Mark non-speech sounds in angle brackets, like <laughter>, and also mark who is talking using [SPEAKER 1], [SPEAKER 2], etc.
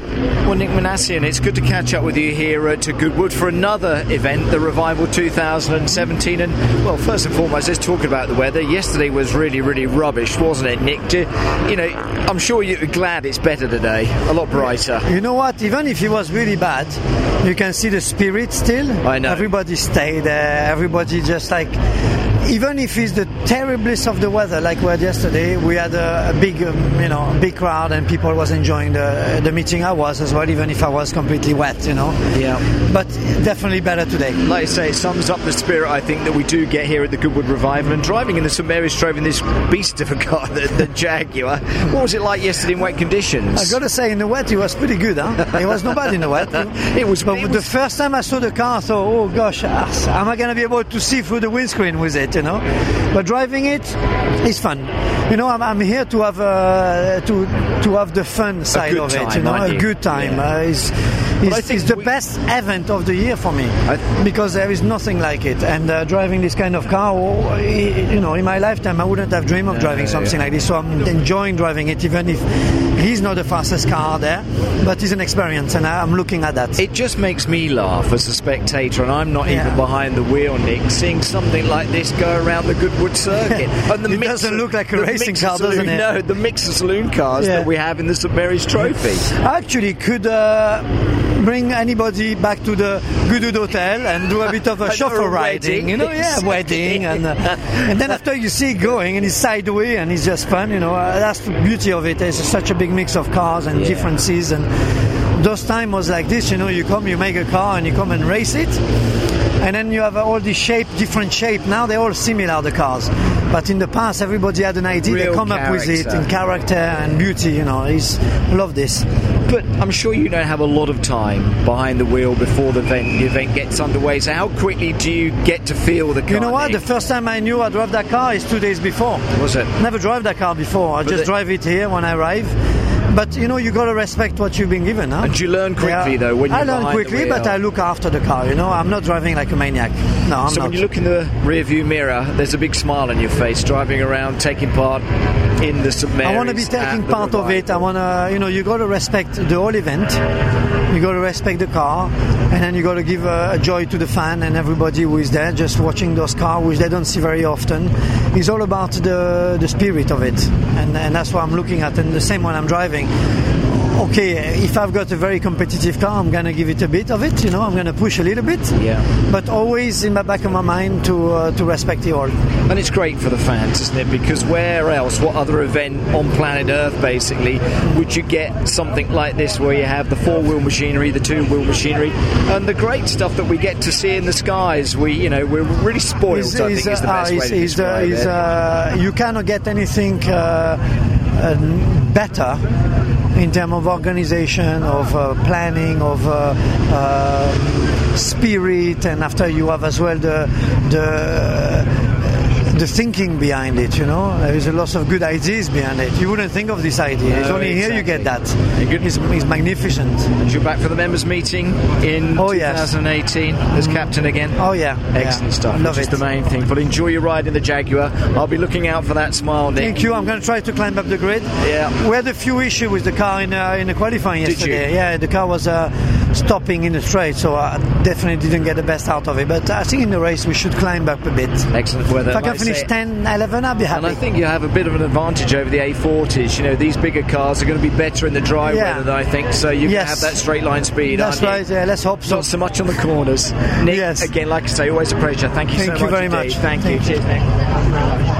[SPEAKER 1] Well, Nick Manassian, it's good to catch up with you here at Goodwood for another event, the Revival 2017. And, well, first and foremost, let's talk about the weather. Yesterday was really, really rubbish, wasn't it, Nick? Do, you know, I'm sure you're glad it's better today, a lot brighter.
[SPEAKER 2] You know what? Even if it was really bad, you can see the spirit still.
[SPEAKER 1] I know.
[SPEAKER 2] Everybody stayed there. Everybody just like, even if it's the terriblest of the weather, like we had yesterday, we had a, a big, um, you know, big crowd and people was enjoying the the meeting. I was as well, even if I was completely wet, you know.
[SPEAKER 1] Yeah.
[SPEAKER 2] But definitely better today.
[SPEAKER 1] Like I say, it sums up the spirit I think that we do get here at the Goodwood Revival. And driving in the St Mary's Trove in this beast of a <laughs> car, the, the Jaguar, what was it like yesterday in wet conditions?
[SPEAKER 2] I gotta say, in the wet, it was pretty good, huh? It was not bad in
[SPEAKER 1] <laughs>
[SPEAKER 2] the wet.
[SPEAKER 1] It was-
[SPEAKER 2] But
[SPEAKER 1] it was-
[SPEAKER 2] the first time I saw the car, I thought, oh gosh, as- am I gonna be able to see through the windscreen with it? You know. But driving it is fun. You know, I'm, I'm here to have uh, to to have the fun side
[SPEAKER 1] good
[SPEAKER 2] of it.
[SPEAKER 1] time,
[SPEAKER 2] you know,
[SPEAKER 1] aren't
[SPEAKER 2] a
[SPEAKER 1] you?
[SPEAKER 2] good time.
[SPEAKER 1] Yeah.
[SPEAKER 2] Uh, is
[SPEAKER 1] I
[SPEAKER 2] is,
[SPEAKER 1] think
[SPEAKER 2] is the
[SPEAKER 1] we-
[SPEAKER 2] best event of the year for me
[SPEAKER 1] I-
[SPEAKER 2] because there is nothing like it. And uh, driving this kind of car, oh, i- you know, in my lifetime, I wouldn't have dreamed of driving
[SPEAKER 1] yeah,
[SPEAKER 2] something
[SPEAKER 1] yeah.
[SPEAKER 2] like this. So I'm enjoying driving it, even if he's not the fastest car there, but it's an experience, and I- I'm looking at that.
[SPEAKER 1] It just makes me laugh as a spectator, and I'm not
[SPEAKER 2] Yeah.
[SPEAKER 1] even behind the wheel, Nick. Seeing something like this go around the Goodwood circuit,
[SPEAKER 2] <laughs>
[SPEAKER 1] and the
[SPEAKER 2] It
[SPEAKER 1] mix
[SPEAKER 2] doesn't
[SPEAKER 1] of-
[SPEAKER 2] look like a
[SPEAKER 1] the
[SPEAKER 2] racing
[SPEAKER 1] mix
[SPEAKER 2] car,
[SPEAKER 1] of saloon,
[SPEAKER 2] doesn't it?
[SPEAKER 1] No, the mix of saloon cars
[SPEAKER 2] Yeah.
[SPEAKER 1] that we have in the St Mary's Trophy.
[SPEAKER 2] <laughs> Actually, could uh, bring anybody back to the Goodwood Hotel and do a bit of a
[SPEAKER 1] Another wedding.
[SPEAKER 2] chauffeur riding, you know? Yeah, wedding, and uh, and then after you see it going and it's sideways and it's just fun, you know. Uh, that's the beauty of it. There's such a big mix of cars and
[SPEAKER 1] Yeah.
[SPEAKER 2] differences, and those time was like this, you know. You come, you make a car, and you come and race it. And then you have uh, all the shape, different shape. Now they're all similar, the cars. But in the past, everybody had an idea.
[SPEAKER 1] Real
[SPEAKER 2] they come up with it
[SPEAKER 1] character.
[SPEAKER 2] in character and beauty, you know. It's love this.
[SPEAKER 1] But I'm sure you don't have a lot of time behind the wheel before the event, the event gets underway. So how quickly do you get to feel the car?
[SPEAKER 2] You know what? The
[SPEAKER 1] Nick?
[SPEAKER 2] first time I knew I drove that car is two days before.
[SPEAKER 1] Was it?
[SPEAKER 2] Never drive that car before. I just
[SPEAKER 1] the-
[SPEAKER 2] drive it here when I arrive. But you know, you gotta respect what you've been given. Huh?
[SPEAKER 1] And do you learn
[SPEAKER 2] They are-
[SPEAKER 1] quickly though when you're
[SPEAKER 2] I learn
[SPEAKER 1] behind the
[SPEAKER 2] quickly, but
[SPEAKER 1] wheel?
[SPEAKER 2] I look after the car. You know, I'm not driving like a maniac. No, I'm
[SPEAKER 1] So
[SPEAKER 2] not.
[SPEAKER 1] when you look in the rearview mirror, there's a big smile on your face, driving around, taking part in the St Mary's.
[SPEAKER 2] I want to be taking
[SPEAKER 1] at the
[SPEAKER 2] part of it. I
[SPEAKER 1] revival.
[SPEAKER 2] want to, you know, you got to respect the whole event. You got to respect the car, and then you got to give a, a joy to the fan and everybody who is there, just watching those cars, which they don't see very often. It's all about the the spirit of it, and and that's what I'm looking at. And the same when I'm driving. Okay, if I've got a very competitive car, I'm gonna give it a bit of it. You know, I'm gonna push a little bit.
[SPEAKER 1] Yeah.
[SPEAKER 2] But always in my back of my mind to uh, to respect the all.
[SPEAKER 1] And it's great for the fans, isn't it? Because where else, what other event on planet Earth, basically, would you get something like this where you have the four wheel machinery, the two wheel machinery, and the great stuff that we get to see in the skies? We, you know, we're really spoiled,
[SPEAKER 2] Is-
[SPEAKER 1] I
[SPEAKER 2] is,
[SPEAKER 1] think, is the
[SPEAKER 2] uh,
[SPEAKER 1] best way
[SPEAKER 2] is-
[SPEAKER 1] to
[SPEAKER 2] is, uh,
[SPEAKER 1] describe
[SPEAKER 2] is,
[SPEAKER 1] it.
[SPEAKER 2] uh, you cannot get anything uh, uh, better in terms of organization, of uh, planning, of uh, uh, spirit, and after you have as well the uh, the the thinking behind it. You know, there is a lot of good ideas behind it. You wouldn't think of this idea. it's
[SPEAKER 1] No,
[SPEAKER 2] only here you get that.
[SPEAKER 1] exactly. Good.
[SPEAKER 2] It's, it's magnificent.
[SPEAKER 1] You're back for the members' meeting in
[SPEAKER 2] Oh, yes.
[SPEAKER 1] 2018 as captain again.
[SPEAKER 2] Oh yeah, yeah.
[SPEAKER 1] Excellent stuff.
[SPEAKER 2] Love
[SPEAKER 1] which
[SPEAKER 2] it.
[SPEAKER 1] is the main thing. But enjoy your ride in the Jaguar. I'll be looking out for that smile, Nick.
[SPEAKER 2] Thank you. I'm going to try to climb up the grid.
[SPEAKER 1] Yeah.
[SPEAKER 2] We had a few issues with the car in uh, in the qualifying
[SPEAKER 1] Did
[SPEAKER 2] yesterday.
[SPEAKER 1] you?
[SPEAKER 2] Yeah, the car was uh, stopping in the straight, so I definitely didn't get the best out of it. But I think in the race we should climb up a bit. If
[SPEAKER 1] Excellent weather.
[SPEAKER 2] I can
[SPEAKER 1] like I
[SPEAKER 2] finish
[SPEAKER 1] say.
[SPEAKER 2] 10, 11, I'll be
[SPEAKER 1] And I
[SPEAKER 2] happy.
[SPEAKER 1] think you have a bit of an advantage over the A40s. You know, these bigger cars are going to be better in the dry
[SPEAKER 2] Yeah.
[SPEAKER 1] weather, I think. So you can
[SPEAKER 2] Yes.
[SPEAKER 1] have that straight line speed.
[SPEAKER 2] That's
[SPEAKER 1] aren't you?
[SPEAKER 2] right. Yeah, let's hope so.
[SPEAKER 1] Not so much on the corners. Nick,
[SPEAKER 2] Yes.
[SPEAKER 1] again, like I say, always a pleasure. Thank you
[SPEAKER 2] Thank
[SPEAKER 1] so much.
[SPEAKER 2] you very
[SPEAKER 1] indeed.
[SPEAKER 2] much.
[SPEAKER 1] Thank,
[SPEAKER 2] Thank
[SPEAKER 1] you.
[SPEAKER 2] you.
[SPEAKER 1] Cheers, Nick.